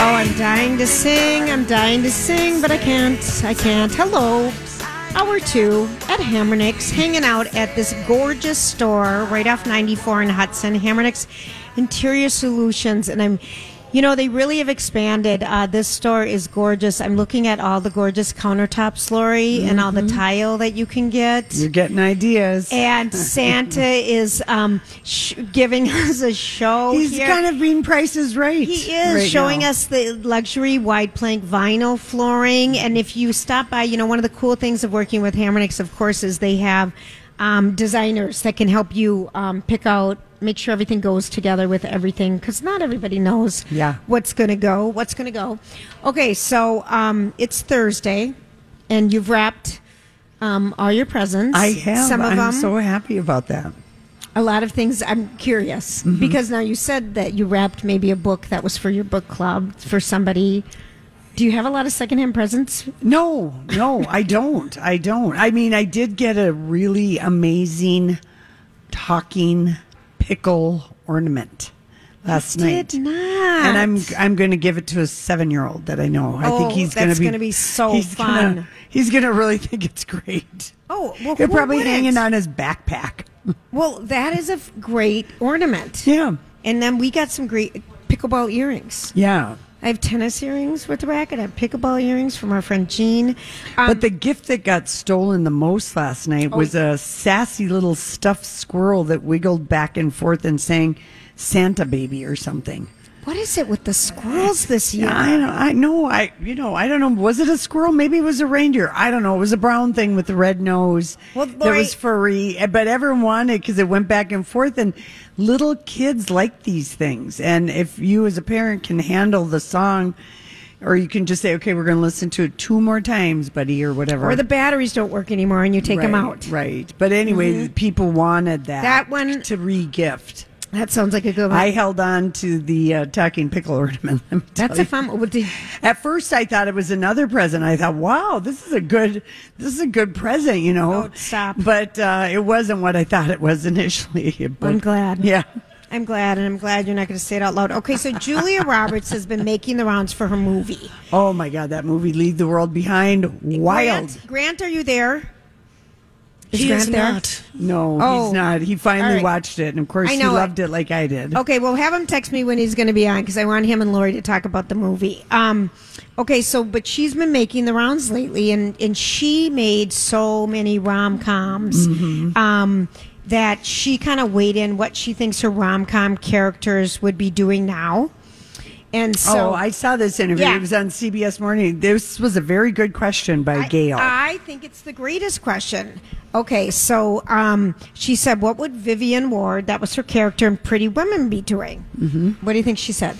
Oh, I'm dying to sing. I'm dying to sing, but I can't. I can't. Hello. Hour two at Hammernick's, hanging out at this gorgeous store right off 94 in Hudson, Hammernick's Interior Solutions. And I'm, you know, they really have expanded. Uh, this store is gorgeous. I'm looking at all the gorgeous countertops, Lori, and all the tile that you can get. You're getting ideas. and Santa is um, sh- giving us a show. He's Oh, here. kind of being prices right. He is right showing now. us the luxury wide plank vinyl flooring. And if you stop by, you know, one of the cool things of working with Hammernix, of course, is they have um, designers that can help you um, pick out, make sure everything goes together with everything, because not everybody knows Yeah. what's going to go, what's going to go. Okay, so um, it's Thursday, and you've wrapped um, all your presents. I have. Some of I'm them. so happy about that. a lot of things i'm curious Mm-hmm. because now you said that you wrapped maybe a book that was for your book club for somebody do you have a lot of secondhand presents No, no, I don't. I don't. I mean, I did get a really amazing talking pickle ornament last night. did not And I'm I'm going to give it to a seven year old that I know. I think Oh, he's going that's to be gonna be so he's fun. Gonna, he's going to really think it's great. Oh, well, he'll who probably hang it wouldn't? on his backpack. well that is a f- great ornament Yeah, and then we got some great pickleball earrings yeah. i have tennis earrings with the racket i have pickleball earrings from our friend jean um, Oh, But the gift that got stolen the most last night was a sassy little stuffed squirrel that wiggled back and forth and sang "Santa Baby" or something. what is it with the squirrels this year Yeah, I don't. I know. I you know. I don't know. Was it a squirrel? Maybe it was a reindeer. I don't know. It was a brown thing with the red nose. Well, that Lori- was furry, eh, but everyone wanted because it went back and forth. And little kids like these things. And if you as a parent can handle the song, or you can just say, "Okay, we're going to listen to it two more times, buddy," or whatever. or the batteries don't work anymore and you take them Right, out Mm-hmm. Right. But anyway, people wanted that. That one- to re-gift. that sounds like a good one I held on to the uh, talking pickle ornament. let me tell that's a you. fun well, did, At first, I thought it was another present. I thought, "Wow, this is a good, this is a good present," you know. Oh, stop. But uh, it wasn't what I thought it was initially. But, I'm glad. Yeah. I'm glad, and I'm glad you're not going to say it out loud. Okay, so Julia Roberts has been making the rounds for her movie. Oh my God, that movie "Leave the World Behind" wild. Grant, Grant are you there? Is He Grant is there? not. No, Oh. he's not. He All finally right. watched it, and of course, I he know it. loved it like I did. Okay, well, have him text me when he's going to be on because I want him and Lori to talk about the movie. Um, okay, so but she's been making the rounds lately, and and she made so many rom coms. Um, that she kind of weighed in what she thinks her rom com characters would be doing now, and so oh, I saw this interview. Yeah. It was on CBS Morning. This was a very good question by Gail. I uh, think it's the greatest question. Okay, so um, she said, "What would Vivian Ward, that was her character in Pretty Women, be doing?" Mm-hmm. What do you think she said?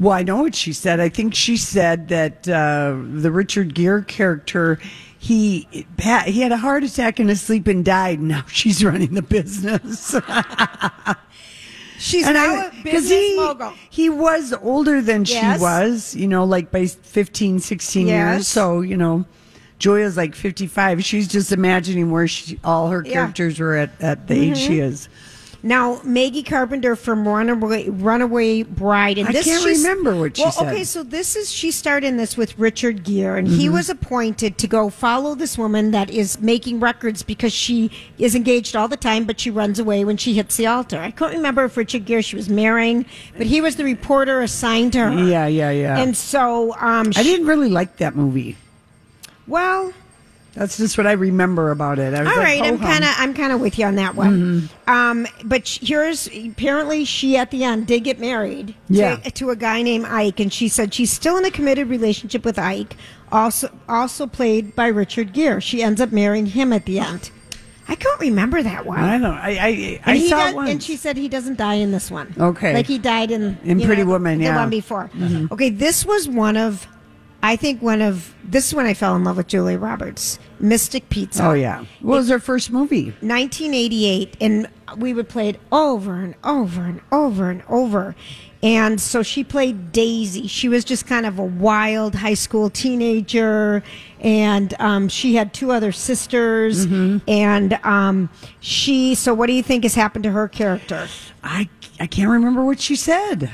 Well, I know what she said. I think she said that uh, the Richard Gere character, he ha- he had a heart attack in his sleep and died. and Now she's running the business, She's and now a business he mogul. he was older than Yes. she was, you know, like by 15, 16 Yes. years. So you know, Joya's like fifty five. She's just imagining where she, all her Yeah. Mm-hmm. characters were at at the age she is. Now Maggie Carpenter from Runaway Runaway Bride, and I this can't she's- remember what she well, said. Mm-hmm. Okay, so this is she starred in this with Richard Gere, and he was appointed to go follow this woman that is making records because she is engaged all the time, but she runs away when she hits the altar. I couldn't remember if Richard Gere she was marrying, but he was the reporter assigned to her. Yeah, yeah, yeah. And so, um, she- I didn't really like that movie. well. That's just what I remember about it. I was All like, right, I'm "Ho-hum." Mm-hmm. kind of I'm kind of with you on that one. Um, but sh- here's apparently she at the end did get married to- Yeah. to, a guy named Ike, and she said she's still in a committed relationship with Ike, also also played by Richard Gere. She ends up marrying him at the end. I can't remember that one. I don't. I I, I And he saw does- it once. And she said he doesn't die in this one. Okay. Like he died in In you Pretty know, the- Woman, the yeah. Mm-hmm. one before. Okay, this was one of, I think one of this is when I fell in love with Julia Roberts, Mystic Pizza. oh yeah. What was her first movie? 1988 and we would play it over and over and over and over and so she played daisy she was just kind of a wild high school teenager and um, she had two other sisters Mm-hmm. and um, she so what do you think has happened to her character I I can't remember what she said.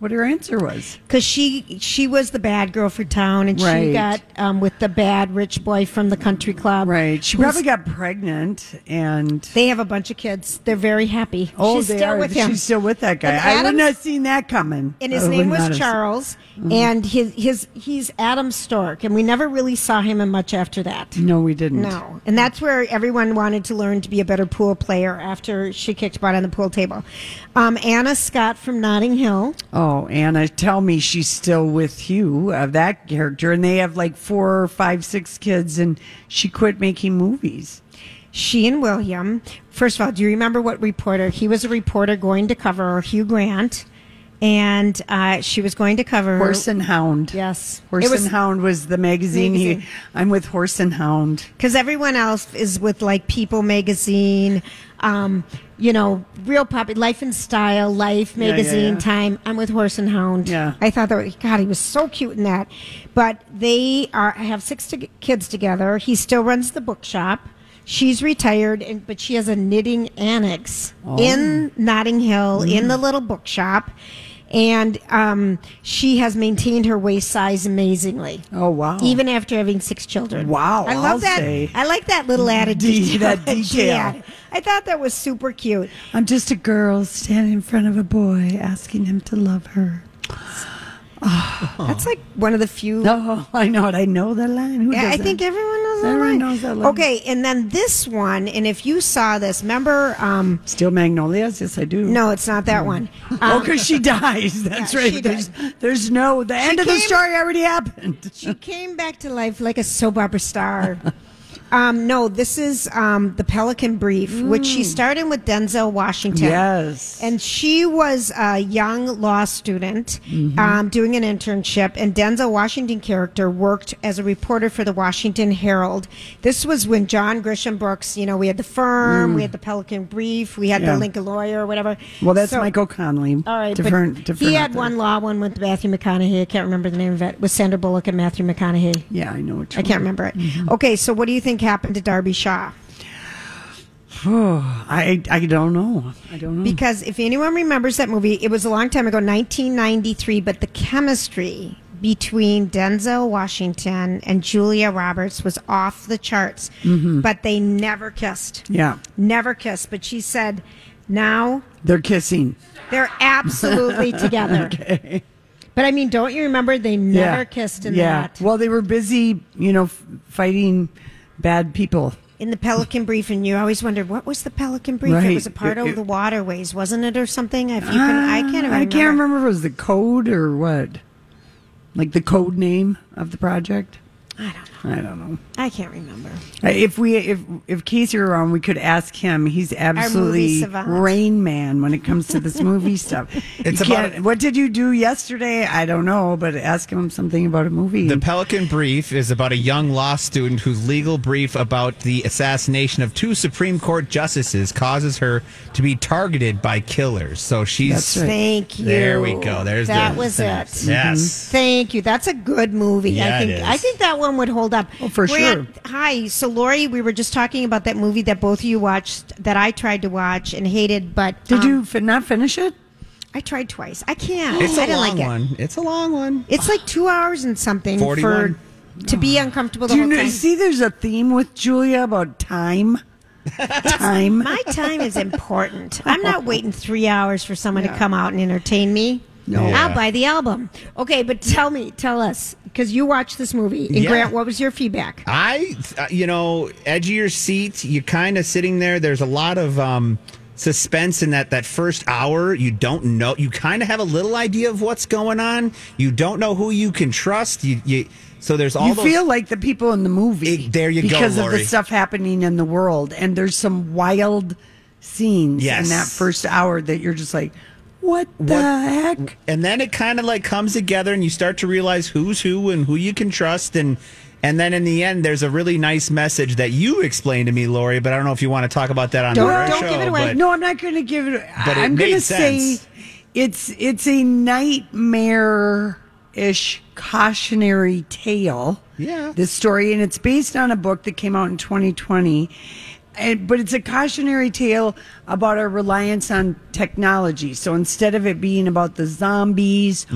what her answer was. because she she was the bad girl for town, and she Right. got um, with the bad rich boy from the country club. Right. She who's- probably got pregnant and. They have a bunch of kids. They're very happy. Oh, She's they still are. with him. She's still with that guy. And I wouldn't Adam's- have seen that coming. and his I would name not Mm-hmm. have was seen- Charles, and his his he's Adam Stork, and we never really saw him in much after that. No, we didn't. No, and that's where everyone wanted to learn to be a better pool player after she kicked butt on the pool table. Um, Anna Scott from Notting Hill. Oh, Anna, tell me she's still with you of that character, and they have like four or five, six kids, and she quit making movies. She and William. First of all, do you remember what reporter? He was a reporter going to cover Hugh Grant, and uh, she was going to cover Horse and Hound. Yes. Horse It was- and Hound was the magazine. Magazine. He, I'm with Horse and Hound. because everyone else is with like People Magazine, um, you know, real popular Life and Style, Life yeah, Magazine yeah. time. I'm with Horse and Hound. Yeah. I thought that was- God, he was so cute in that. But they are have six to, kids together. He still runs the bookshop. She's retired, and, but she has a knitting annex Oh. in Notting Hill Mm. in the little bookshop. And um, she has maintained her waist size amazingly. Oh, wow. Even after having six children. Wow, I love I'll that. say. I like that little attitude. De- that she detail. had. I thought that was super cute. I'm just a girl standing in front of a boy asking him to love her. That's like one of the few. Oh, I know it. I know that line. Who Yeah, I doesn't? think everyone knows that Everyone line. knows that line. Okay, and then this one, and if you saw this, remember? Um, Steel Magnolias? Yes, I do. no, it's not that one. Oh, Um, because she dies. That's Yeah, right. she there's, dies. there's no. The end of the came- story already happened. she came back to life like a soap opera star. Um, no, this is um, the Pelican Brief, which she starred in with Denzel Washington. Mm. Yes. And she was a young law student Mm-hmm. um, doing an internship, and Denzel Washington character worked as a reporter for the Washington Herald. This was when John Grisham Brooks, you know, we had the firm, we had the Pelican Brief, we had Mm. Yeah. the Lincoln Lawyer, or whatever. Well, that's So- Michael Conley. all right, different. but different he had author. one law one with Matthew McConaughey. I can't remember the name of it. With Sandra Bullock and Matthew McConaughey. Yeah, I know. Which I can't remember it. Mm-hmm. Okay, so what do you think happened to Darby Shaw? Hmm. I I don't know. I don't know. Because if anyone remembers that movie, it was a long time ago, 1993, but the chemistry between Denzel Washington and Julia Roberts was off the charts. Mm-hmm. But they never kissed. yeah, Never kissed. But she said, now they're kissing. they're absolutely together. But I mean, don't you remember they never yeah. kissed in yeah. that? Well, they were busy, you know, f- fighting bad people. in the Pelican Brief, and you always wondered what was the Pelican Brief? It Right. was a part It- of it- the waterways, wasn't it, or something? If you can, I can't. Uh, Remember. I can't remember if it was the code or what, like the code name of the project. I don't know. I don't know. I can't remember. Uh, If we if if Casey were on, we could ask him. He's absolutely savant. Rain Man when it comes to this movie stuff. It's You about- can't- what did you do yesterday? I don't know, but ask him something about a movie. The Pelican Brief is about a young law student whose legal brief about the assassination of two Supreme Court justices causes her to be targeted by killers. So she's That's right. Thank you. there. We go. There's that the was synopsis. it. Mm-hmm. Yes. Thank you. That's a good movie. I Yeah, it think is. I think that one would hold up. Oh, for Grant, sure. Hi. So Lori, we were just talking about that movie that both of you watched that I tried to watch and hated, but did um, you fi- not finish it? I tried twice. I can't. It's a I didn't long like it. one. It's a long one. It's like two hours and something 41. for to be uncomfortable. The Do you whole know, time. see? There's a theme with Julia about time. Time. My time is important. I'm not waiting three hours for someone to come out and entertain me. No. Yeah. I'll buy the album. Okay, but tell me, tell us, because you watched this movie. And Yeah. Grant, what was your feedback? I, uh, you know, edge of your seat. You kind of sitting there. There's a lot of um, suspense in that that first hour. You don't know. You kind of have a little idea of what's going on. You don't know who you can trust. You, you so there's all you those, feel like the people in the movie. It- there you go, because of Lori. the stuff happening in the world, and there's some wild scenes Yes. in that first hour that you're just like, what the heck? and then it kind of like comes together and you start to realize who's who and who you can trust and and then in the end there's a really nice message that you explained to me Lori but I don't know if you want to talk about that on Don't- the our don't show give it away. but- no, I'm not going to give it. But it I'm made going to say sense. it's it's a nightmare ish cautionary tale. Yeah. this story, and it's based on a book that came out in 2020, and, but it's a cautionary tale about our reliance on technology. So instead of it being about the zombies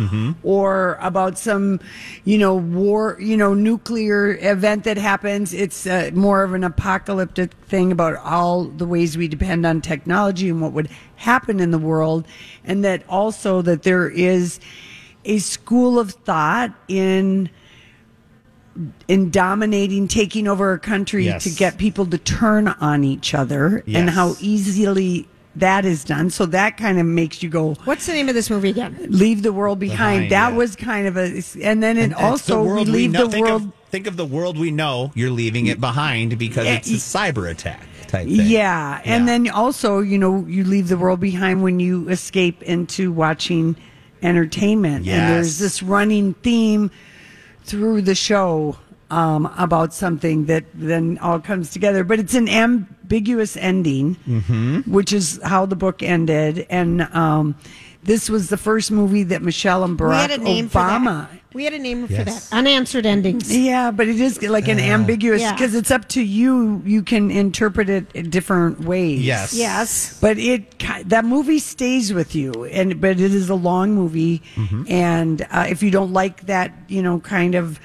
or about some, you know, war, you know, nuclear event that happens, it's uh, more of an apocalyptic thing about all the ways we depend on technology and what would happen in the world, and that also that there is a school of thought in in dominating, taking over a country Yes. to get people to turn on each other and Yes. how easily that is done. So that kind of makes you go, What's the name of this movie again? leave the world behind. Behind, that yeah. was kind of a, and then it And it's also, we we leave know- the think world. Of, think of the world we know. You're leaving it behind because Yeah, it's a y- cyber attack type thing. yeah. And Yeah. then also, you know, you leave the world behind when you escape into watching entertainment. And Yes. there's this running theme through the show um, about something that then all comes together. But it's an ambiguous ending, Mm-hmm. which is how the book ended. And um, this was the first movie that Michelle and Barack we had a name Obama. for that. We had a name for Yes. that. Unanswered endings. Yeah, but it is like an ambiguous Yeah. because it's up to you. You can interpret it in different ways. Yes. Yes. But it ki- that movie stays with you, and but it is a long movie, and uh, if you don't like that, you know, kind of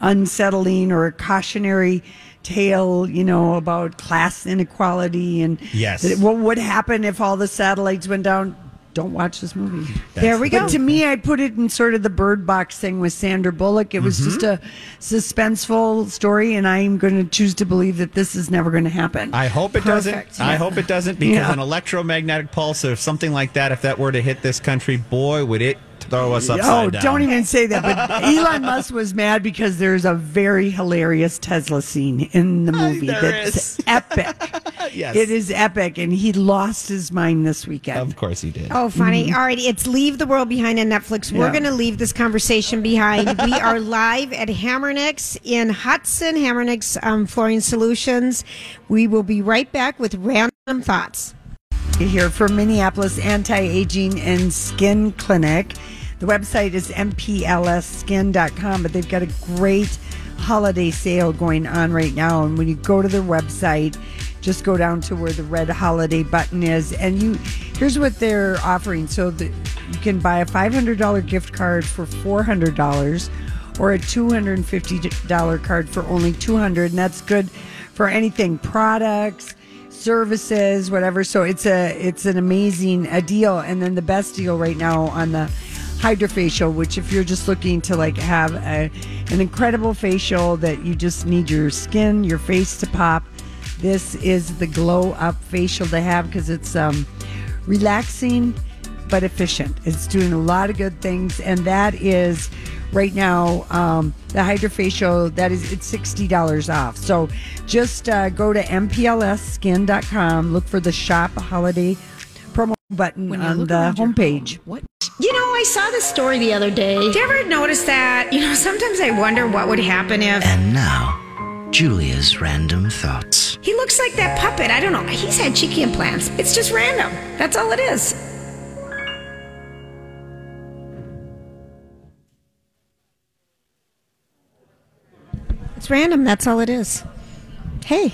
unsettling or a cautionary tale, you know, about class inequality and Yes. th- what would happen if all the satellites went down. Don't watch this movie. There we go. But to me, I put it in sort of the bird box thing with Sandra Bullock. It was just Mm-hmm. a suspenseful story, and I'm going to choose to believe that this is never going to happen. I hope it Perfect. doesn't. I hope it doesn't because Yeah. an electromagnetic pulse or something like that, if that were to hit this country, boy, would it throw us upside oh, down. don't even say that. But Elon Musk was mad because there's a very hilarious Tesla scene in the movie there that's is. epic. Yes. It is epic, and he lost his mind this weekend. Of course he did. Oh, funny. Mm-hmm. All right. It's Leave the World Behind on Netflix. We're Yeah. going to leave this conversation behind. we are live at Hammernix in Hudson, Hammernix um, Flooring Solutions. We will be right back with random thoughts. here for Minneapolis Anti Aging and Skin Clinic. The website is mplsskin.com, but they've got a great holiday sale going on right now. And when you go to their website, just go down to where the red holiday button is, and you here's what they're offering. So the, you can buy a $500 gift card for $400 or a $250 card for only 200 and that's good for anything products services, whatever. So it's a it's an amazing a deal, and then the best deal right now on the hydrofacial, which if you're just looking to like have a, an incredible facial that you just need your skin, your face to pop, this is the glow up facial to have because it's um, relaxing but efficient. It's doing a lot of good things, and that is right now um, the hydrofacial. That is it's sixty dollars off. So just uh, go to mplsskin.com, look for the shop holiday promo button on the homepage. You know, I saw this story the other day. Do you ever notice that? You know, sometimes I wonder what would happen if And now, Julia's random thoughts. He looks like that puppet. I don't know. He's had cheeky implants. It's just random. That's all it is. it's random. That's all it is. Hey.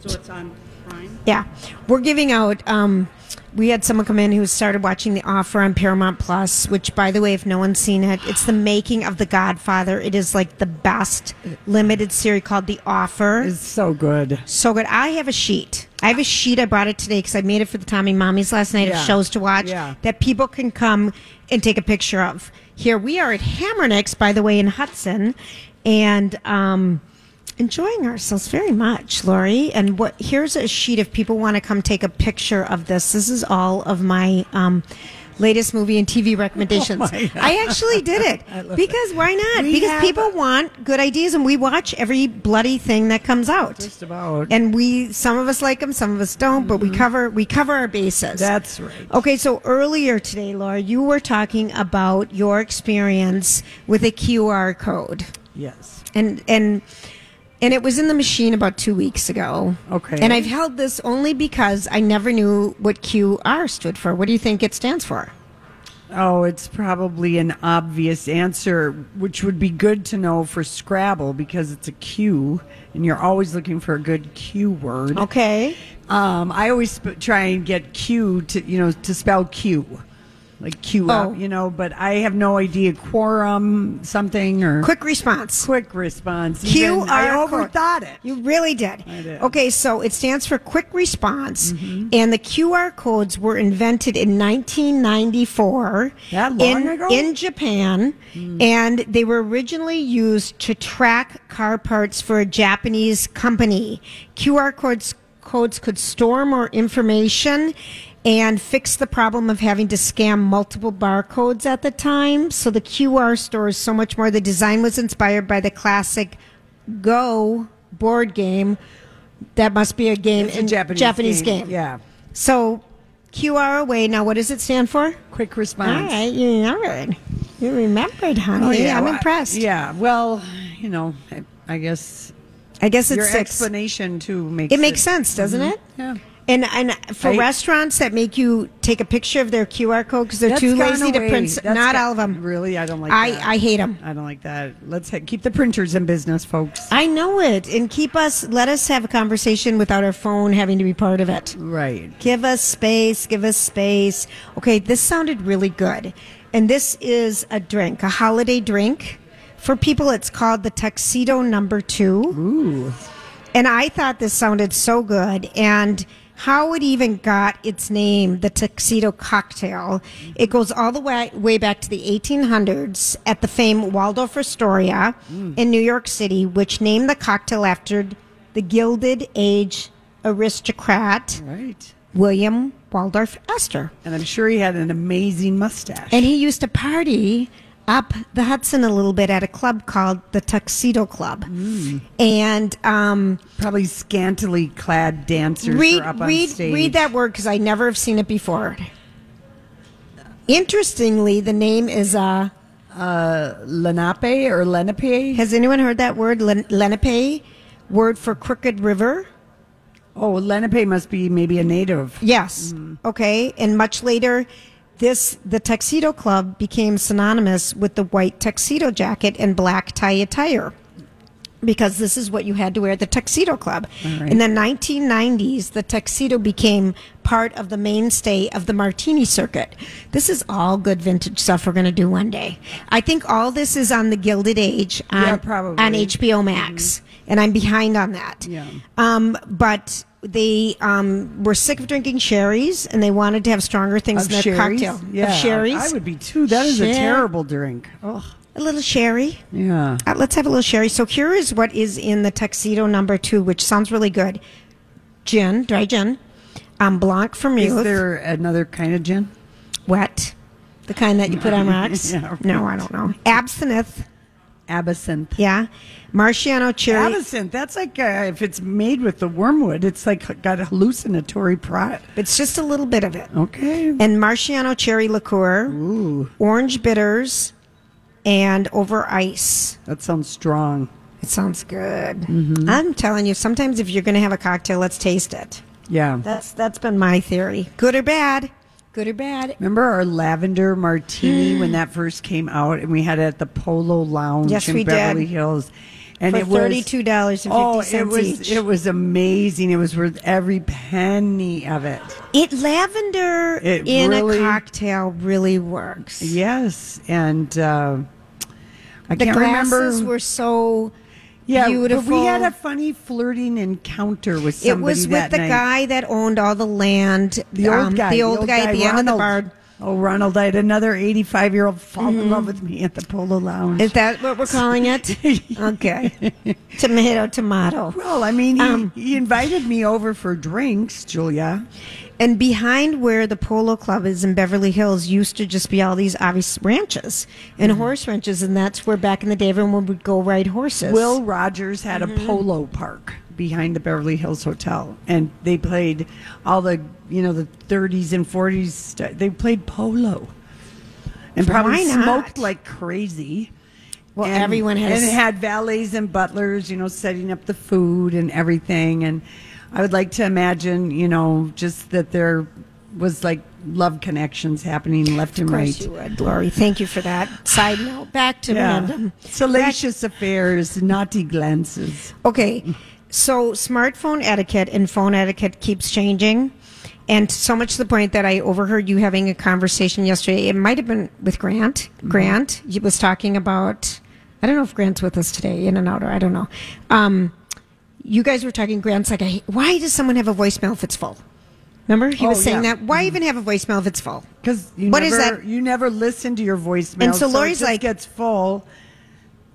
So it's on Prime? Yeah, we're giving out. Um, we had someone come in who started watching The Offer on Paramount Plus, which, by the way, if no one's seen it, it's the making of The Godfather. It is like the best limited series called The Offer. It's so good. so good. I have a sheet. I have a sheet. I brought it today because I made it for the Tommy Mommies last night Yeah. of shows to watch Yeah. that people can come and take a picture of. Here we are at Hammernix, by the way, in Hudson, and um, enjoying ourselves very much, Lori. And what here's a sheet if people want to come take a picture of this. This is all of my. Um, Latest movie and Oh TV recommendations. I actually did it because why not? We because have- people want good ideas, and we watch every bloody thing that comes out Just about. Mm-hmm. and we some of us like them some of us don't but we cover we cover our bases That's right. okay so earlier today laura you were talking about your experience with a qr code Yes. and and and it was in the machine about two weeks ago Okay. and i've held this only because i never knew what qr stood for what do you think it stands for Oh, it's probably an obvious answer, which would be good to know for Scrabble because it's a Q, and you're always looking for a good Q word. Okay. Um, I always sp- try and get Q to you know to spell Q, like Q Oh. out, you know. But I have no idea quorum something or Quick response. quick response. Q Even I R cor- overthought it. You really did. I did. Mm-hmm. Okay, so it stands for quick response, and the QR codes were invented in 1994 That long in, ago? in Japan, and they were originally used to track car parts for a Japanese company. QR codes codes could store more information and fix the problem of having to scan multiple barcodes at the time. So the QR stores so much more. The design was inspired by the classic Go board game. That must be a game It's a in Japanese, game. Yeah. So QR away. Now, what does it stand for? Quick All response. right, you remembered. You remembered, honey. Oh, yeah. I'm Well, I- impressed. Yeah. Well, you know, I, I guess I guess it's your six. explanation too makes It makes sense, doesn't it? Yeah. And and for I- restaurants that make you take a picture of their QR code because they're That's too gone lazy to away. print. That's not go- all of them. Really, I don't like. I, that. I hate them. I don't like that. Let's ha- keep the printers in business, folks. I know it. And keep us, let us have a conversation without our phone having to be part of it. Right. Give us space, give us space. Okay, this sounded really good. And this is a drink, a holiday drink. For people, it's called the Tuxedo Number Two. Ooh. And I thought this sounded so good. And how it even got its name, the tuxedo cocktail, it goes all the way, way back to the 1800s at the famed Waldorf Astoria in New York City, which named the cocktail after the Gilded Age aristocrat Right. William Waldorf Astor. And I'm sure he had an amazing mustache. And he used to party up the Hudson a little bit at a club called the Tuxedo Club. Mm. And, um, probably scantily clad dancers were read up on read stage. read that word because I never have seen it before. Interestingly, the name is. Uh, Lenape or Lenape? has anyone heard that word Len- Lenape? Word for crooked river. Oh, Lenape must be maybe a native. Yes. Mm. Okay. And much later, this the tuxedo club became synonymous with the white tuxedo jacket and black tie attire. Because this is what you had to wear at the tuxedo club. right. In the 1990s, the tuxedo became part of the mainstay of the martini circuit. This is all good vintage stuff we're going to do one day. I think all this is on the Gilded Age on, Yeah, probably. on HBO Max, and I'm behind on that. Yeah. Um, but they um, were sick of drinking sherry's and they wanted to have stronger things Of in their sherries? cocktail. Yeah. Of sherry's. I would be too. That is a Sher- terrible drink. Oh, A little sherry. yeah. Uh, let's have a little sherry. So here is what is in the tuxedo number two, which sounds really good. Gin, dry gin, um, blanc Is vermouth, there another kind of gin? wet, the kind that you put on rocks. Yeah, right. No, I don't know. Absinthe, Absinthe. yeah. Marciano cherry. Absinthe. That's like uh, if it's made with the wormwood, it's like got a hallucinatory prot. it's just a little bit of it. Oh. Okay. and Marciano cherry liqueur, orange bitters, and over ice. That sounds strong. It sounds good. Mm-hmm. I'm telling you, sometimes if you're going to have a cocktail, let's taste it. Yeah. That's that's been my theory. Good or bad, good or bad. Remember our lavender martini when that first came out, and we had it at the Polo Lounge Yes, in we did. Beverly Hills, and For it was $32.50 Oh, it was each. it was amazing. It was worth every penny of it. It lavender It in really- a cocktail really works. Yes, and uh, I The can't glasses remember. were so yeah, beautiful. But we had a funny flirting encounter with it somebody was with that the night. guy that owned all the land. the um, old guy, The old, guy, at the end of the Ronald. bar. Mm-hmm. Oh, Ronald! I had another eighty-five-year-old fall in love with me at the Polo Lounge. Is that what we're calling it? okay. Tomato, tomato. Well, I mean, he, Um, he invited me over for drinks, Julia. And behind where the polo club is in Beverly Hills used to just be all these obvious ranches and Mm-hmm. horse ranches, and that's where back in the day everyone would go ride horses. Will Rogers had Mm-hmm. a polo park behind the Beverly Hills Hotel, and they played all the you know the 30s and 40s. St- they played polo, and Why probably not? smoked like crazy. well, And- everyone has. and it had valets and butlers, you know, setting up the food and everything. And I would like to imagine, you know, just that there was like love connections happening left and Of right. course you would, Lori. Thank you for that. Side note, back to Yeah. random. Salacious affairs, naughty glances. Okay, so smartphone etiquette and phone etiquette keeps changing. And so much to the point that I overheard you having a conversation yesterday. It might have been with Grant. Grant he was talking about, I don't know if Grant's with us today, in and out, or I don't know. Um, you guys were talking, Grant's like, I, hate- why does someone have a voicemail if it's full? Remember? He was Oh, saying yeah. that. Why even have a voicemail if it's full? Because you What is never, that? You never listen to your voicemail. And so it Lori's just like- gets full.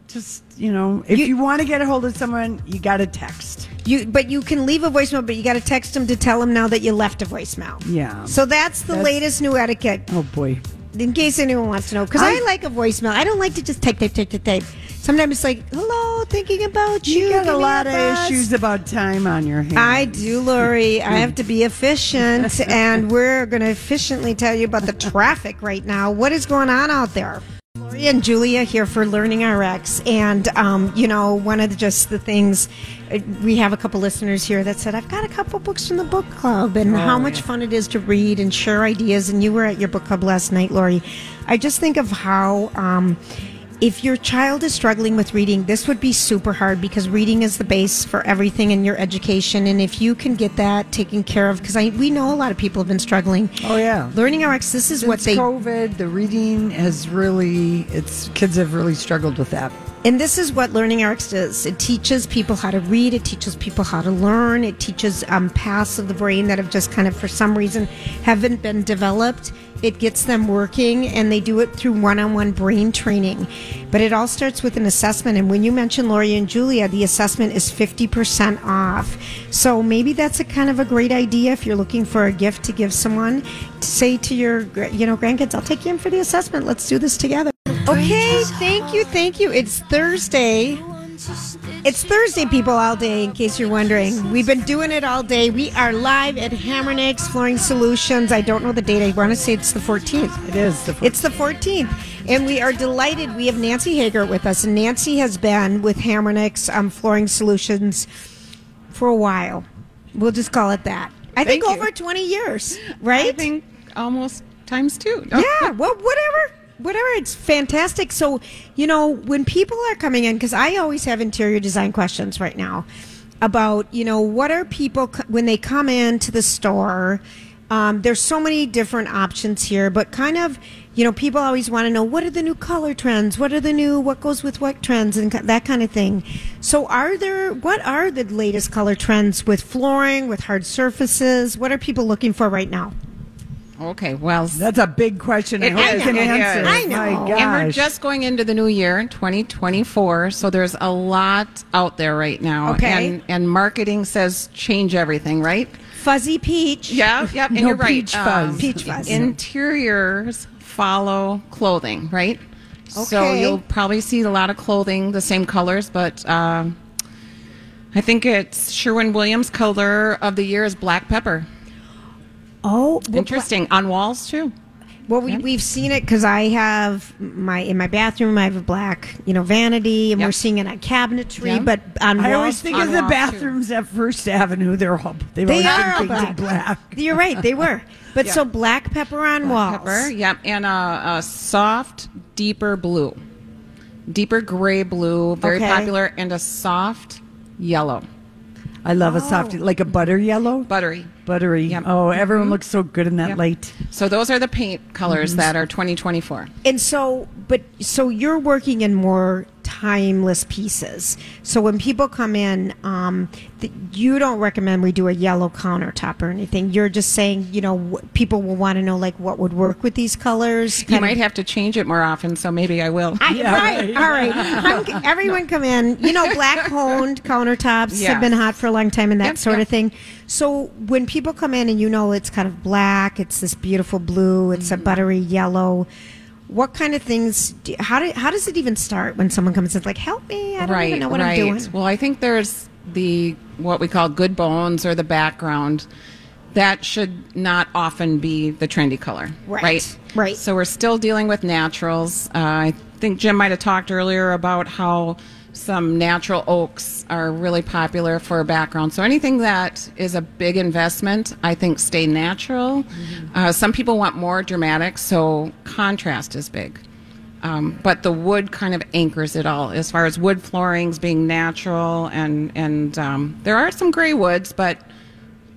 Just you know, if You- you, want to get a hold of someone, you got to text. You, but you can leave a voicemail, but you got to text them to tell them now that you left a voicemail. Yeah. So that's the That's- latest new etiquette. Oh boy, in case anyone wants to know, because I, I- like a voicemail. I don't like to just type, type, type, type, type. Sometimes it's like, "Hello, thinking about you." you got give a me lot of buzz." issues about time on your hands. I do, Lori. I have to be efficient, and we're going to efficiently tell you about the traffic right now. What is going on out there? Lori and Julia here for Learning RX, and um, you know, one of the, just the things uh, we have a couple listeners here that said, "I've got a couple books from the book club, and how much fun it is to read and share ideas." And you were at your book club last night, Lori. I just think of how. Um, if your child is struggling with reading, this would be super hard because reading is the base for everything in your education. And if you can get that taken care of, because we know a lot of people have been struggling. Oh, yeah. Learning RX, this is what Since they COVID, the reading has really it's kids have really struggled with that. And this is what Learning Rx does. It teaches people how to read. It teaches people how to learn. It teaches um, paths of the brain that have just kind of, for some reason, haven't been developed. It gets them working, and they do it through one-on-one brain training. But it all starts with an assessment. And when you mention Lori and Julia, the assessment is fifty percent off. So maybe that's a kind of a great idea if you're looking for a gift to give someone. To say to your, gr- you know, grandkids, "I'll take you in for the assessment. Let's do this together." Okay, thank you, thank you. It's Thursday. It's Thursday, people, all day, in case you're wondering. We've been doing it all day. We are live at Hammernix Flooring Solutions. I don't know the date. I want to say it's the 14th. It is the It's the 14th, and we are delighted. We have Nancy Hager with us, and Nancy has been with Hammernix um, Flooring Solutions for a while. We'll just call it that. I think Thank you. over 20 years, right? I think almost times two. yeah well whatever whatever it's fantastic so you know when people are coming in because i always have interior design questions right now about you know what are people c- when they come into the store um, there's so many different options here but kind of you know people always want to know what are the new color trends what are the new what goes with what trends and ki- that kind of thing so are there what are the latest color trends with flooring with hard surfaces what are people looking for right now Okay, well, That's a big question. I It hope is, you can it answer. is. I know. My gosh. and we're just going into the new year, 2024, so there's a lot out there right now. Okay. And, and marketing says change everything, right? fuzzy peach Yeah, yep, and No you're right. um, peach Peach fuzz. fuzz. Interiors follow clothing, right? So Okay. you'll probably see a lot of clothing, the same colors, but um, I think it's Sherwin Williams color of the year is black pepper. Oh, well, Interesting. On walls, too. Well, we, we've seen it because I have my in my bathroom. I have a black, you know, vanity, and we're Yep. seeing it on cabinetry. Yeah. But on I walls, always think on of the wall, too. bathrooms at First Avenue. They're all they've they always are been black. painted black. You're right, they were. But so black pepper on walls. Pepper, yep, and a, a soft, deeper blue, deeper gray blue, very Okay. popular, and a soft yellow, I love a Oh. soft like a butter yellow, buttery. buttery. Yep. Oh, everyone Mm-hmm. looks so good in that light. So those are the paint colors that are 2024. And so, but so you're working in more timeless pieces. So when people come in, um, th- you don't recommend we do a yellow countertop or anything. You're just saying, you know, w- people will want to know like what would work with these colors. You kind of- might have to change it more often, so maybe I will. I, Yeah, right, right. All right. I'm- everyone come in. You know, black honed countertops Yeah. have been hot for a long time and that Yep, sort of yep. thing. So when people come in and you know it's kind of black, it's this beautiful blue, it's Mm. a buttery yellow. What kind of things? Do, how do, how does it even start when someone comes in? It's like, help me! I don't right, even know what right. I'm doing. Well, I think there's the what we call good bones or the background. That should not often be the trendy color, Right, right? right. So we're still dealing with naturals. Uh, I think Jim might have talked earlier about how some natural oaks are really popular for a background. So anything that is a big investment, I think stay natural. Mm-hmm. Uh, some people want more dramatic, so contrast is big. Um, but the wood kind of anchors it all as far as wood floorings being natural and and um, there are some gray woods, but That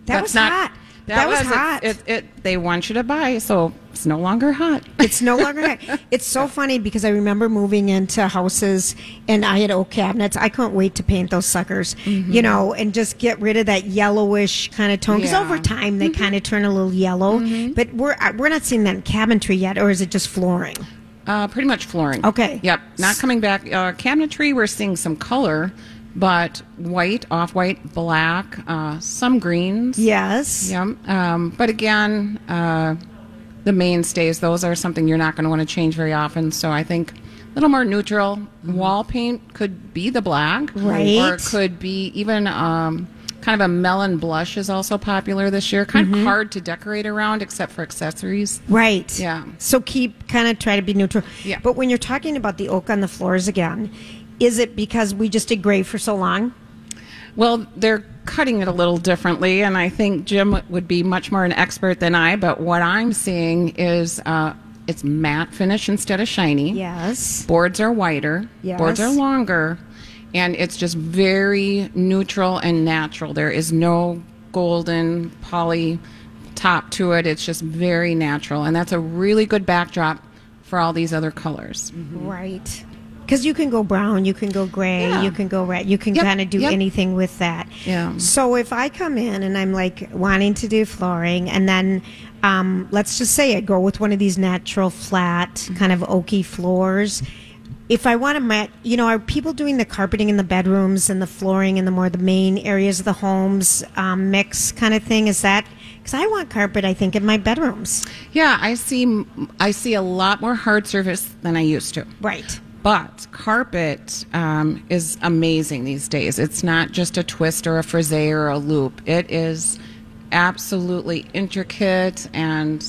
that's was not, hot. That, That was it- hot. It, it, they want you to buy, so it's no longer hot. It's no longer. hot. It's so funny because I remember moving into houses and I had oak cabinets. I couldn't wait to paint those suckers, Mm-hmm. you know, and just get rid of that yellowish kind of tone. Because Yeah. Mm-hmm. over time they kind of turn a little yellow. But we're uh, we're not seeing that in cabinetry yet, or is it just flooring? Uh, pretty much flooring. Okay. Yep. Not coming back. Uh, cabinetry, we're seeing some color, but white, off white, black, uh, some greens. Yes. Yep. Um, but again, uh, the mainstays, those are something you're not going to want to change very often. So I think a little more neutral. Wall paint could be the black. Right. Or it could be even. Um, Kind of a melon blush is also popular this year. Kind Mm-hmm. of hard to decorate around except for accessories. Right. Yeah. So keep kind of try to be neutral. Yeah. But when you're talking about the oak on the floors again, is it because we just did gray for so long? Well, they're cutting it a little differently, and I think Jim would be much more an expert than I. But what I'm seeing is uh, it's matte finish instead of shiny. Yes. Boards are wider. Yes. Boards are longer, and it's just very neutral and natural. There is no golden poly top to it. It's just very natural, and that's a really good backdrop for all these other colors. Mm-hmm. Right. Because you can go brown, you can go gray, Yeah. you can go red, you can Yep, kind of do yep. anything with that. Yeah. So if I come in and I'm like wanting to do flooring, and then um, let's just say I go with one of these natural flat Mm-hmm. kind of oaky floors. If I want to, mat, you know, are people doing the carpeting in the bedrooms and the flooring in the more the main areas of the homes um, mix kind of thing? Is that because I want carpet? I think in my bedrooms, Yeah, I see. I see a lot more hard surface than I used to. right? But carpet um, is amazing these days. It's not just a twist or a frise or a loop. It is absolutely intricate and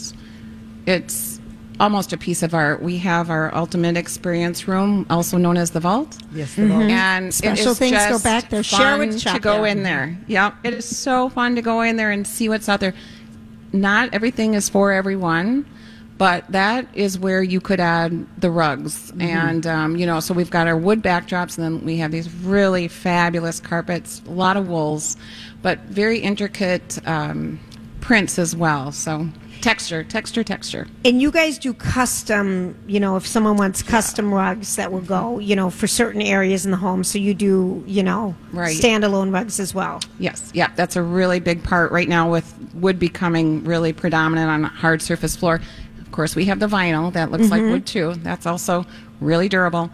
it's almost a piece of art. We have our ultimate experience room, also known as the vault. Yes, the vault. Mm-hmm. And Mm-hmm. it Special is things go just back there. Fun Share with to Chuck, go yeah. in there. Yep, it is so fun to go in there and see what's out there. Not everything is for everyone, but that is where you could add the rugs Mm-hmm. and um, you know. So we've got our wood backdrops, and then we have these really fabulous carpets, a lot of wools, but very intricate um, prints as well. So texture, texture, texture. And you guys do custom, you know, if someone wants custom rugs that will go, you know, for certain areas in the home. So you do, you know, Right. standalone rugs as well. Yes, yeah, that's a really big part right now with wood becoming really predominant on a hard surface floor. Of course, we have the vinyl that looks like wood too. That's also really durable.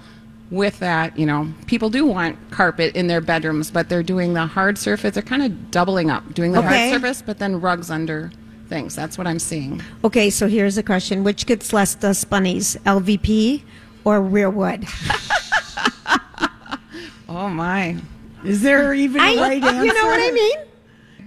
With that, you know, people do want carpet in their bedrooms, but they're doing the hard surface. They're kind of doubling up, doing the Okay. hard surface, but then rugs under things. That's what I'm seeing. Okay, so here's a question Which gets less dust bunnies, LVP or rear wood? Oh my! Is there even I, a right answer? you know what I mean?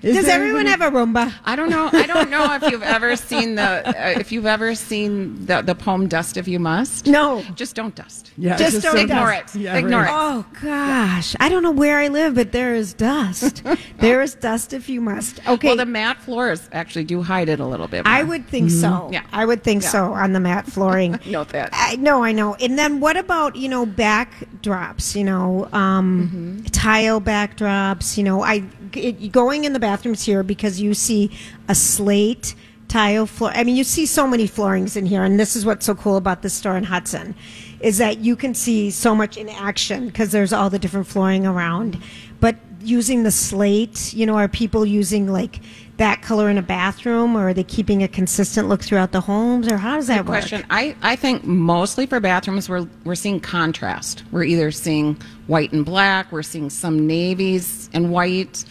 Is Does there everyone even- have a Roomba? I don't know. I don't know if you've ever seen the uh, if you've ever seen the the poem "Dust If You Must." No. just don't dust. Yeah, Just don't something- ignore it. Ignore it. Oh gosh, I don't know where I live, but there is dust. there is dust if you must. Okay. Well, the matte floors actually do hide it a little bit. I more. would think so. Yeah. I would think Yeah. so on the matte flooring. Note that. I no, I know. And then what about, you know, backdrops, you know, um, tile backdrops, you know, I it, going in the bathrooms here because you see a slate tile floor. I mean, you see so many floorings in here and this is what's so cool about this store in Hudson is that you can see so much in action because there's all the different flooring around. But using the slate, you know, are people using like that color in a bathroom or are they keeping a consistent look throughout the homes or how does that work? question. I, I think mostly for bathrooms, we're we're seeing contrast. We're either seeing white and black. We're seeing some navies and white.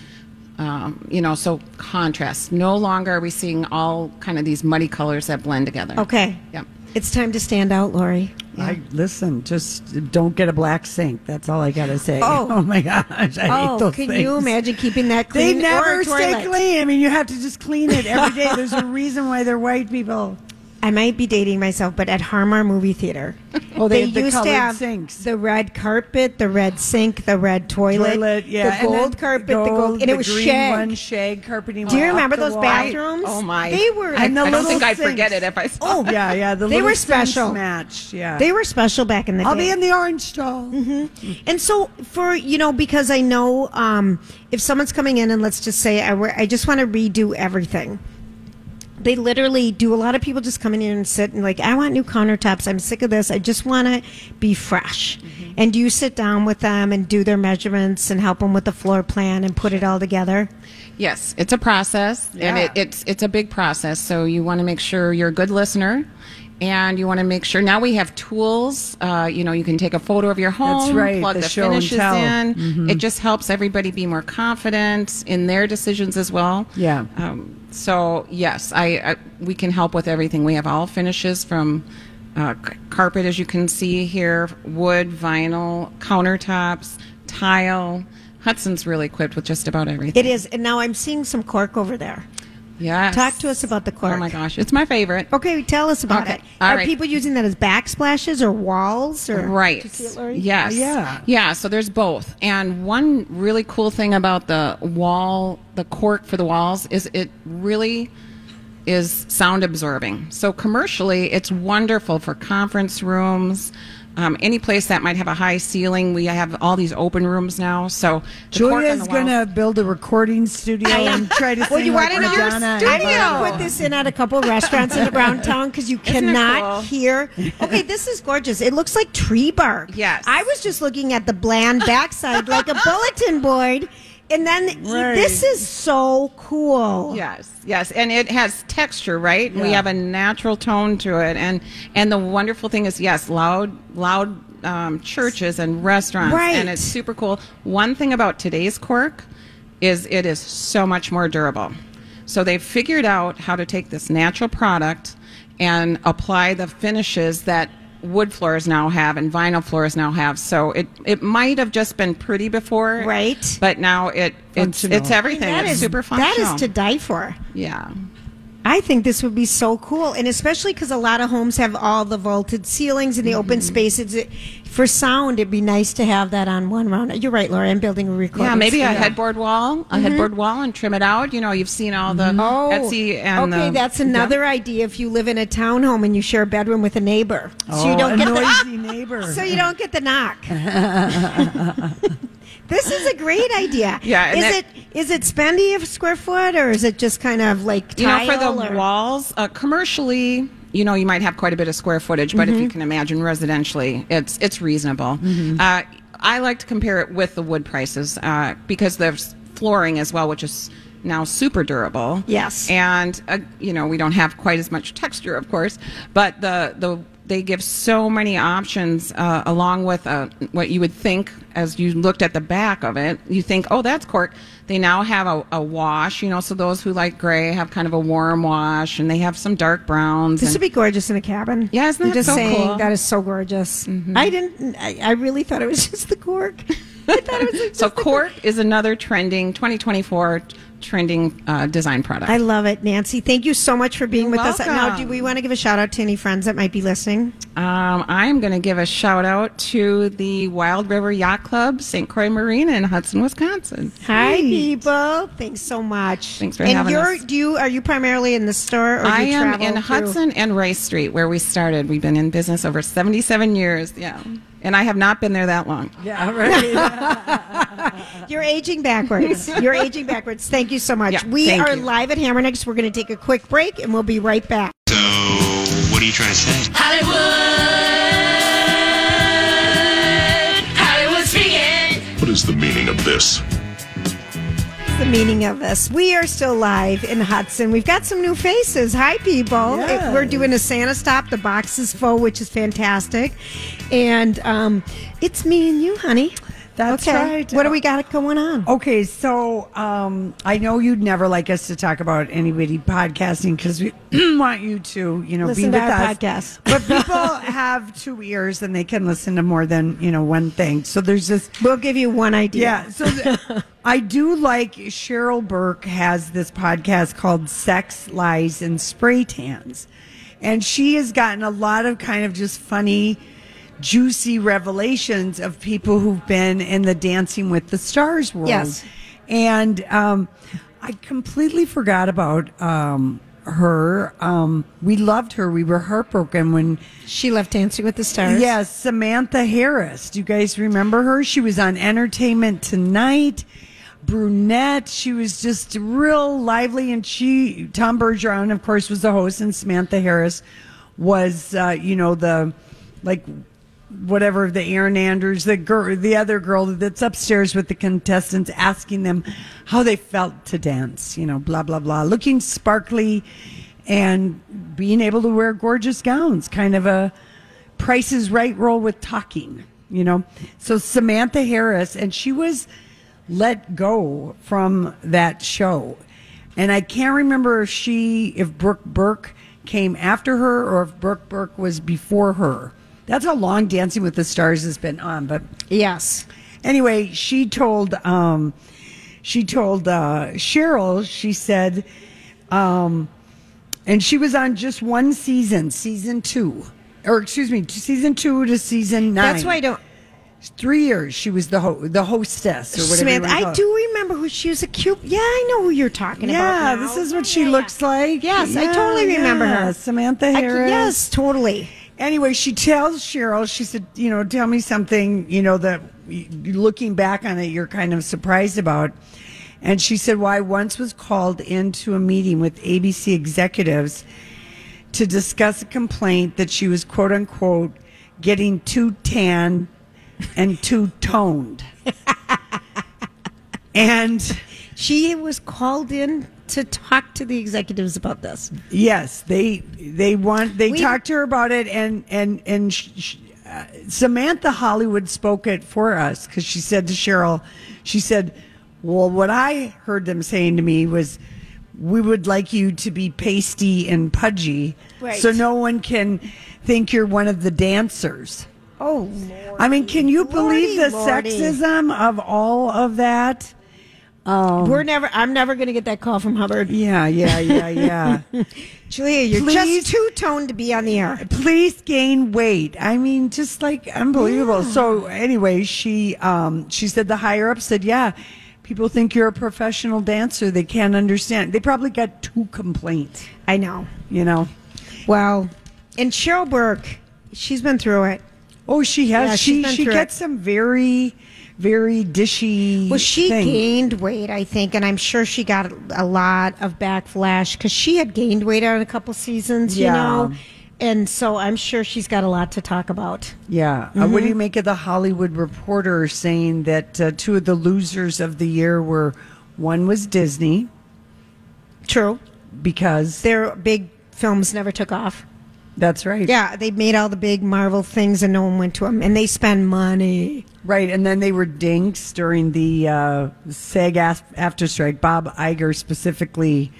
Um, you know, so contrast. No longer are we seeing all kind of these muddy colors that blend together. Okay. Yep. It's time to stand out, Lori. I listen. Just don't get a black sink. That's all I gotta say. Oh. Oh, my gosh, I hate Oh, those can things. you imagine keeping that They clean? or never a stay toilet? clean. I mean, you have to just clean it every day. There's a reason why they're white people. I might be dating myself, but at Harmar Movie Theater. Oh, they had the colored sinks. the red carpet, the red sink, the red toilet, Toilet, yeah. the and then gold carpet, the gold, and the it was green shag. one, shag carpeting. Do you went up remember the those wall. bathrooms? Oh my! They were. I, And the I don't little think I'd forget sinks. it if I saw. Oh yeah, yeah. The They little were sinks special. match. Yeah, They were Mm-hmm. special back in the I'll day. be in the orange stall. And so for you know because I know um, if someone's coming in and let's just say I were, I just want to redo everything. They literally do. A lot of people just come in here and sit and like, I want new countertops. I'm sick of this. I just want to be fresh. Mm-hmm. And do you sit down with them and do their measurements and help them with the floor plan and put it all together? Yes, it's a process, and Yeah. it, it's it's a big process. So you want to make sure you're a good listener, and you want to make sure. Now we have tools. Uh, you know, you can take a photo of your home, right, plug the the, show and finishes tell. Mm-hmm. in. It just helps everybody be more confident in their decisions as well. Yeah. Um, so yes, I, I we can help with everything. We have all finishes from. Uh, c- carpet, as you can see here, wood, vinyl, countertops, tile. Hudson's really equipped with just about everything. It is. And now I'm seeing some cork over there. Yes. Talk to us about the cork. Oh my gosh, it's my favorite. Okay, tell us about Okay, it. all Are right. people using that as backsplashes or walls or Right. Do you see it, Lori? Oh, Yes. Yeah. Yeah. So there's both, and one really cool thing about the wall, the cork for the walls, is it really is sound absorbing. So commercially, it's wonderful for conference rooms. Um, any place that might have a high ceiling, we have all these open rooms now. So the cork on the Julia's walls- gonna build a recording studio and try to sing Well, you like want to know your Madonna. studio. I'm going to put this in at a couple restaurants in around town because you it cannot cool? hear. Okay, this is gorgeous. It looks like tree bark. Yes. I was just looking at the bland backside like a bulletin board. And then y- Right. this is so cool. Yes, yes, and it has texture, right? We have a natural tone to it, and and the wonderful thing is, yes, loud, loud um, churches and restaurants, Right. and it's super cool. One thing about today's cork is it is so much more durable. So they've figured out how to take this natural product and apply the finishes that wood floors now have and vinyl floors now have. So it it might have just been pretty before, Right. But now it it's, Functional. it's everything. That it's is- super That functional. is to die for. Yeah. I think this would be so cool, and especially because a lot of homes have all the vaulted ceilings and the open Mm-hmm. spaces. It- For sound, it'd be nice to have that on one round. You're right, Laura. I'm building a recording. Yeah, maybe a studio. headboard wall, a Mm-hmm. headboard wall, and trim it out. You know, you've seen all the Oh, Etsy and um, okay, the, that's another idea. If you live in a townhome and you share a bedroom with a neighbor, so you Oh, don't a get noisy the neighbor. so you don't get the knock. this is a great idea. Yeah, and is that- it is it spendy a square foot or is it just kind of like You know, tile for the or- walls, uh, commercially, you know, you might have quite a bit of square footage, but if Mm-hmm. you can imagine residentially, it's it's reasonable. Uh, I like to compare it with the wood prices uh, because there's flooring as well, which is now super durable. Yes. and uh, you know we don't have quite as much texture, of course, but the the they give so many options uh, along with uh, what you would think as you looked at the back of it. You think, oh, that's cork. They now have a, a wash, you know, so those who like gray have kind of a warm wash, and they have some dark browns. This and- would be gorgeous in a cabin. Yeah, isn't I'm that just so saying, cool? Mm-hmm. That is so gorgeous. I didn't. I, I really thought it was just the cork. I thought it was like so just the cork. cork is another trending 2024 trending uh, design product. I love it, Nancy. Thank you so much for being with us. Now, do welcome. we want to give a shout out to any friends that might be listening? Um, I'm going to give a shout out to the Wild River Yacht Club, St. Croix Marina in Hudson, Wisconsin. Hi, people. Thanks so much. Thanks for and having you're, us. Do you are you primarily in the store? Or do I you am travel in through- Hudson and Rice Street, where we started. We've been in business over 77 years. Yeah. And I have not been there that long. Yeah, right. You're aging backwards. you're aging backwards. Thank you so much. Yeah, we thank are you. live at Hammernecks. We're going to take a quick break, and we'll be right back. So, what are you trying to say? Hollywood, Hollywood speaking. What is the meaning of this? the meaning of this. We are still live in Hudson. We've got some new faces. Hi, people. Yes. It- we're doing a Santa stop. The box is full, which is fantastic. And um, it's me and you, honey. That's okay. right. What do we got going on? Oh. Okay, so um, I know you'd never like us to talk about anybody podcasting because we want you to, you know, Listen be to with our us. podcast. But people have two ears and they can listen to more than you know one thing. So there's this We'll give you one idea. Yeah. So th- I do like Cheryl Burke has this podcast called Sex, Lies, and Spray Tans. And she has gotten a lot of kind of just funny, juicy revelations of people who've been in the Dancing with the Stars world. Yes. And um, I completely forgot about um, her. Um, we loved her. We were heartbroken when, She left Dancing with the Stars. yes, Samantha Harris. Do you guys remember her? She was on Entertainment Tonight. Brunette, she was just real lively, and she Tom Bergeron, of course, was the host, and Samantha Harris was, uh, you know, the like whatever the Aaron Andrews, the girl, the other girl that's upstairs with the contestants, asking them how they felt to dance. You know, blah blah blah, looking sparkly and being able to wear gorgeous gowns. Kind of a Price is Right role with talking. You know, so Samantha Harris, and she was let go from that show. And I can't remember if she, if Brooke Burke came after her or if Brooke Burke was before her. That's how long Dancing with the Stars has been on. But Yes. anyway, she told, um, she told uh, Cheryl, she said, um, and she was on just one season, season two, or excuse me, season two to season nine. That's why I don't. Three years she was the ho- the hostess or whatever. you Samantha, wanna call I it. do remember who she was a cute. Yeah, I know who you're talking Yeah, about. now. this is what she looks like. Yes, I totally Yeah, remember yeah, her. Samantha I- Harris. yes, totally. Anyway, she tells Cheryl, she said, you know, tell me something, you know, that y- looking back on it, you're kind of surprised about. And she said, well, I once was called into a meeting with ABC executives to discuss a complaint that she was, quote unquote, getting too tan and too toned. and. She was called in to talk to the executives about this. Yes, they they want they We- talked to her about it, and and and sh- sh- uh, Samantha Hollywood spoke it for us because she said to Cheryl, she said, "Well, what I heard them saying to me was." We would like you to be pasty and pudgy, Right. so no one can think you're one of the dancers. Oh, Lord. I mean, can you believe the Lordy, lordy. sexism of all of that? We're never. I'm never going to get that call from Hubbard. Yeah, yeah, yeah, yeah. Julia, you're Please. just too toned to be on the air. please gain weight. I mean, just like unbelievable. So anyway, she um, she said the higher up said, yeah, people think you're a professional dancer. They can't understand. They probably got two complaints. I know. You know. Well, and Cheryl Burke, she's been through it. Oh, she has. Yeah, she's she been she through gets it. some very very dishy. Well, she things. gained weight, I think, and I'm sure she got a lot of backlash because she had gained weight on a couple seasons, Yeah. you know. And so I'm sure she's got a lot to talk about. Yeah. Uh, Mm-hmm. what do you make of the Hollywood Reporter saying that uh, two of the losers of the year were one was Disney True. because Their big films never took off. that's right. Yeah, they made all the big Marvel things and no one went to them. And they spend money. Right, and then they were dinks during the uh, SAG af- after strike. Bob Iger specifically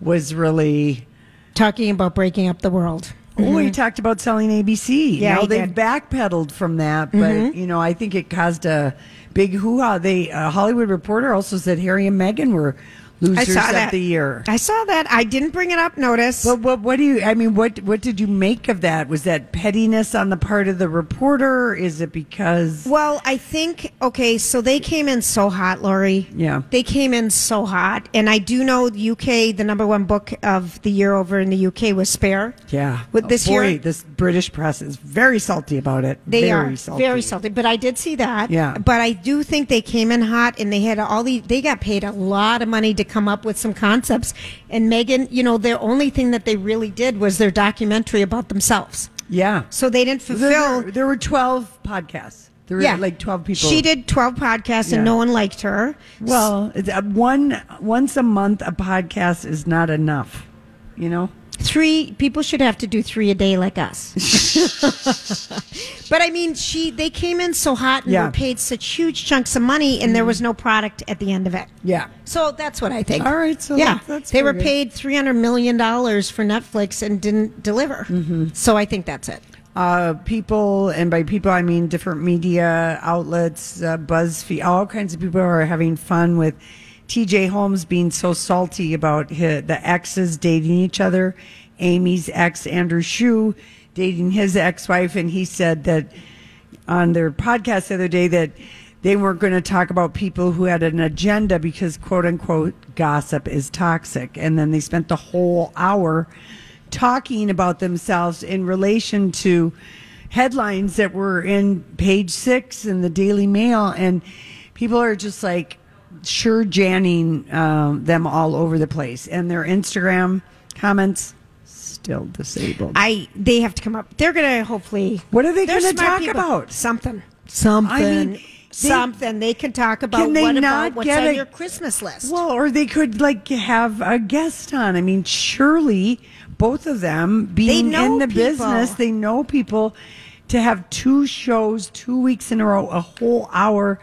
was really. Talking about breaking up the world. Oh, he talked about selling ABC. Mm-hmm. Yeah, now he they've did. Mm-hmm. backpedaled from that, but you know, I think it caused a big hoo-ha. They uh, Hollywood Reporter also said Harry and Meghan were losers of the year. I saw that. I didn't bring it up, notice. But what what do you? I mean, what what did you make of that? Was that pettiness on the part of the reporter? Is it because? Well, I think okay, so they came in so hot, Lori. Yeah. They came in so hot. And I do know the UK, the number one book of the year over in the UK was Spare. Yeah. Oh, With this Boy, year this British press is very salty about it. they very are salty. very salty. But I did see that. Yeah. But I do think they came in hot and they had all the they got paid a lot of money to come up with some concepts. And Megan, you know, the only thing that they really did was their documentary about themselves. Yeah. So they didn't fulfill there, there, there were 12 podcasts. There were yeah. like 12 people. She did 12 podcasts Yeah. and no one liked her. Well, it's, uh, one once a month a podcast is not enough, you know? three people should have to do three a day like us but i mean she they came in so hot and Yeah. Mm-hmm. were paid such huge chunks of money and there was no product at the end of it Yeah. so that's what i think All right, so yeah that- that's they were pretty paid 300 million dollars for netflix and didn't deliver Mm-hmm. so i think that's it Uh, people, and by people I mean different media outlets, uh, BuzzFeed, all kinds of people are having fun with TJ Holmes being so salty about hi the exes dating each other Amy's ex, Andrew Shue, dating his ex wife. And he said that on their podcast the other day that they weren't going to talk about people who had an agenda because, quote unquote, gossip is toxic. And then they spent the whole hour talking about themselves in relation to headlines that were in page six in the Daily Mail. And people are just like, sure janning um, them all over the place and their instagram comments still disabled I they have to come up. They're gonna hopefully. What are they they're gonna smart talk people. about? Something. Something. they- something they can talk about. Can they what not about what's get on a- your Christmas list? Well, or they could like have a guest on. I mean, surely both of them being know in the people. business, they know people to have two shows, two weeks in a row, a whole hour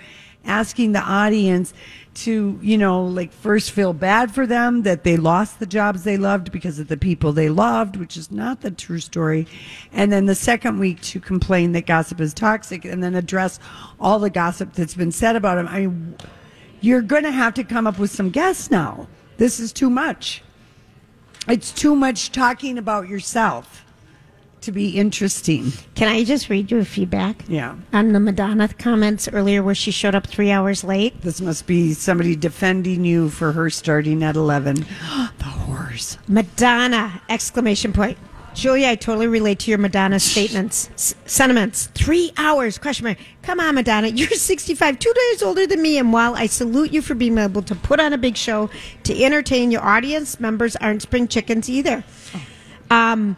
asking the audience to, you know, like first feel bad for them that they lost the jobs they loved because of the people they loved, which is not the true story. And then the second week to complain that gossip is toxic and then address all the gossip that's been said about them. I mean, you're going to have to come up with some guests now. This is too much. It's too much talking about yourself to be interesting. Can I just read you a feedback? Yeah. On the Madonna comments earlier, where she showed up three hours late. This must be somebody defending you for her starting at 11. the horse. Madonna! Exclamation point. Julia, I totally relate to your Madonna statements, s- sentiments. Three hours, question mark. Come on, Madonna. You're 65, two days older than me. And while I salute you for being able to put on a big show to entertain your audience, members aren't spring chickens either. Um,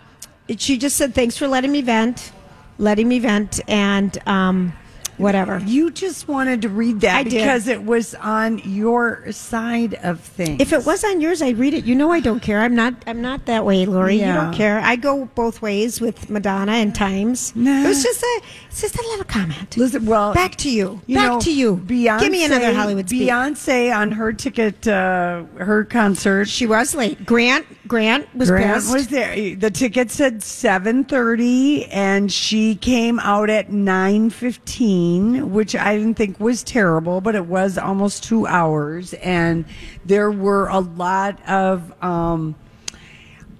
she just said, thanks for letting me vent, letting me vent, and um, whatever. You just wanted to read that I did. because it was on your side of things. If it was on yours, I'd read it. You know, I don't care. I'm not. I'm not that way, Lori. You don't Yeah. care. I go both ways with Madonna and Times. Nah. It was just a. It's just a little comment. Listen, well, back to you. you back know, to you. Beyonce, Give me another Hollywood speak. Beyonce on her ticket, uh, her concert. She was late. Grant. Grant was Grant pissed. was there. The ticket said seven thirty, and she came out at nine fifteen, which I didn't think was terrible, but it was almost two hours, and there were a lot of. Um,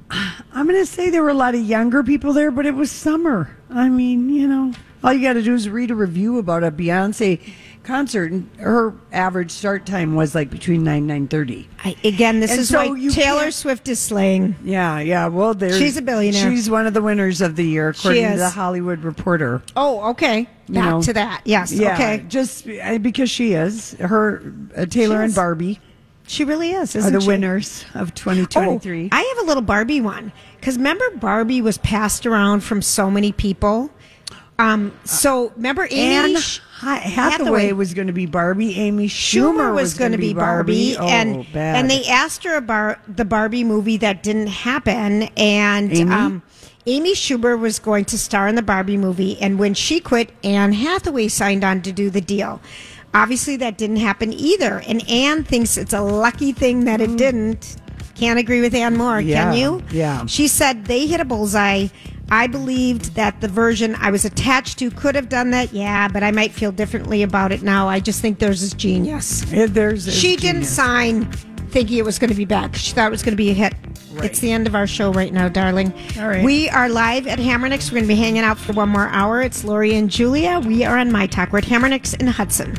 I'm going to say there were a lot of younger people there, but it was summer. I mean, you know, all you got to do is read a review about a Beyonce concert, and her average start time was like between nine nine thirty. I, again, this And is so why you Taylor can't- Swift is slaying. Yeah, yeah. Well, there's She's a billionaire. She's one of the winners of the year, according to is. the Hollywood Reporter. Oh, okay. Back know. to that. Yes. Yeah, Okay. just uh, because she is her uh, Taylor She and is. Barbie She really is. are Isn't the she? winners of 2023. Oh, I have a little Barbie one because remember Barbie was passed around from so many people. Um, so remember Amy Anne Sh- Ha- Hathaway was going to be Barbie. Amy Schumer was going to be Barbie, Oh, and bad. and they asked her about the Barbie movie that didn't happen, and Amy? um, Amy Schumer was going to star in the Barbie movie, and when she quit, Anne Hathaway signed on to do the deal. Obviously, that didn't happen either, and Anne thinks it's a lucky thing that it didn't. Can't agree with Anne more, Yeah, can you? yeah. She said they hit a bullseye. I believed that the version I was attached to could have done that. Yeah, but I might feel differently about it now. I just think theirs is genius. Yeah, there's She didn't it's genius. sign thinking it was going to be back. She thought it was going to be a hit. It's the end of our show right now, darling. All right. We are live at Hammernix. We're going to be hanging out for one more hour. It's Lori and Julia. We are on My Talk. We're at Hammernix in Hudson.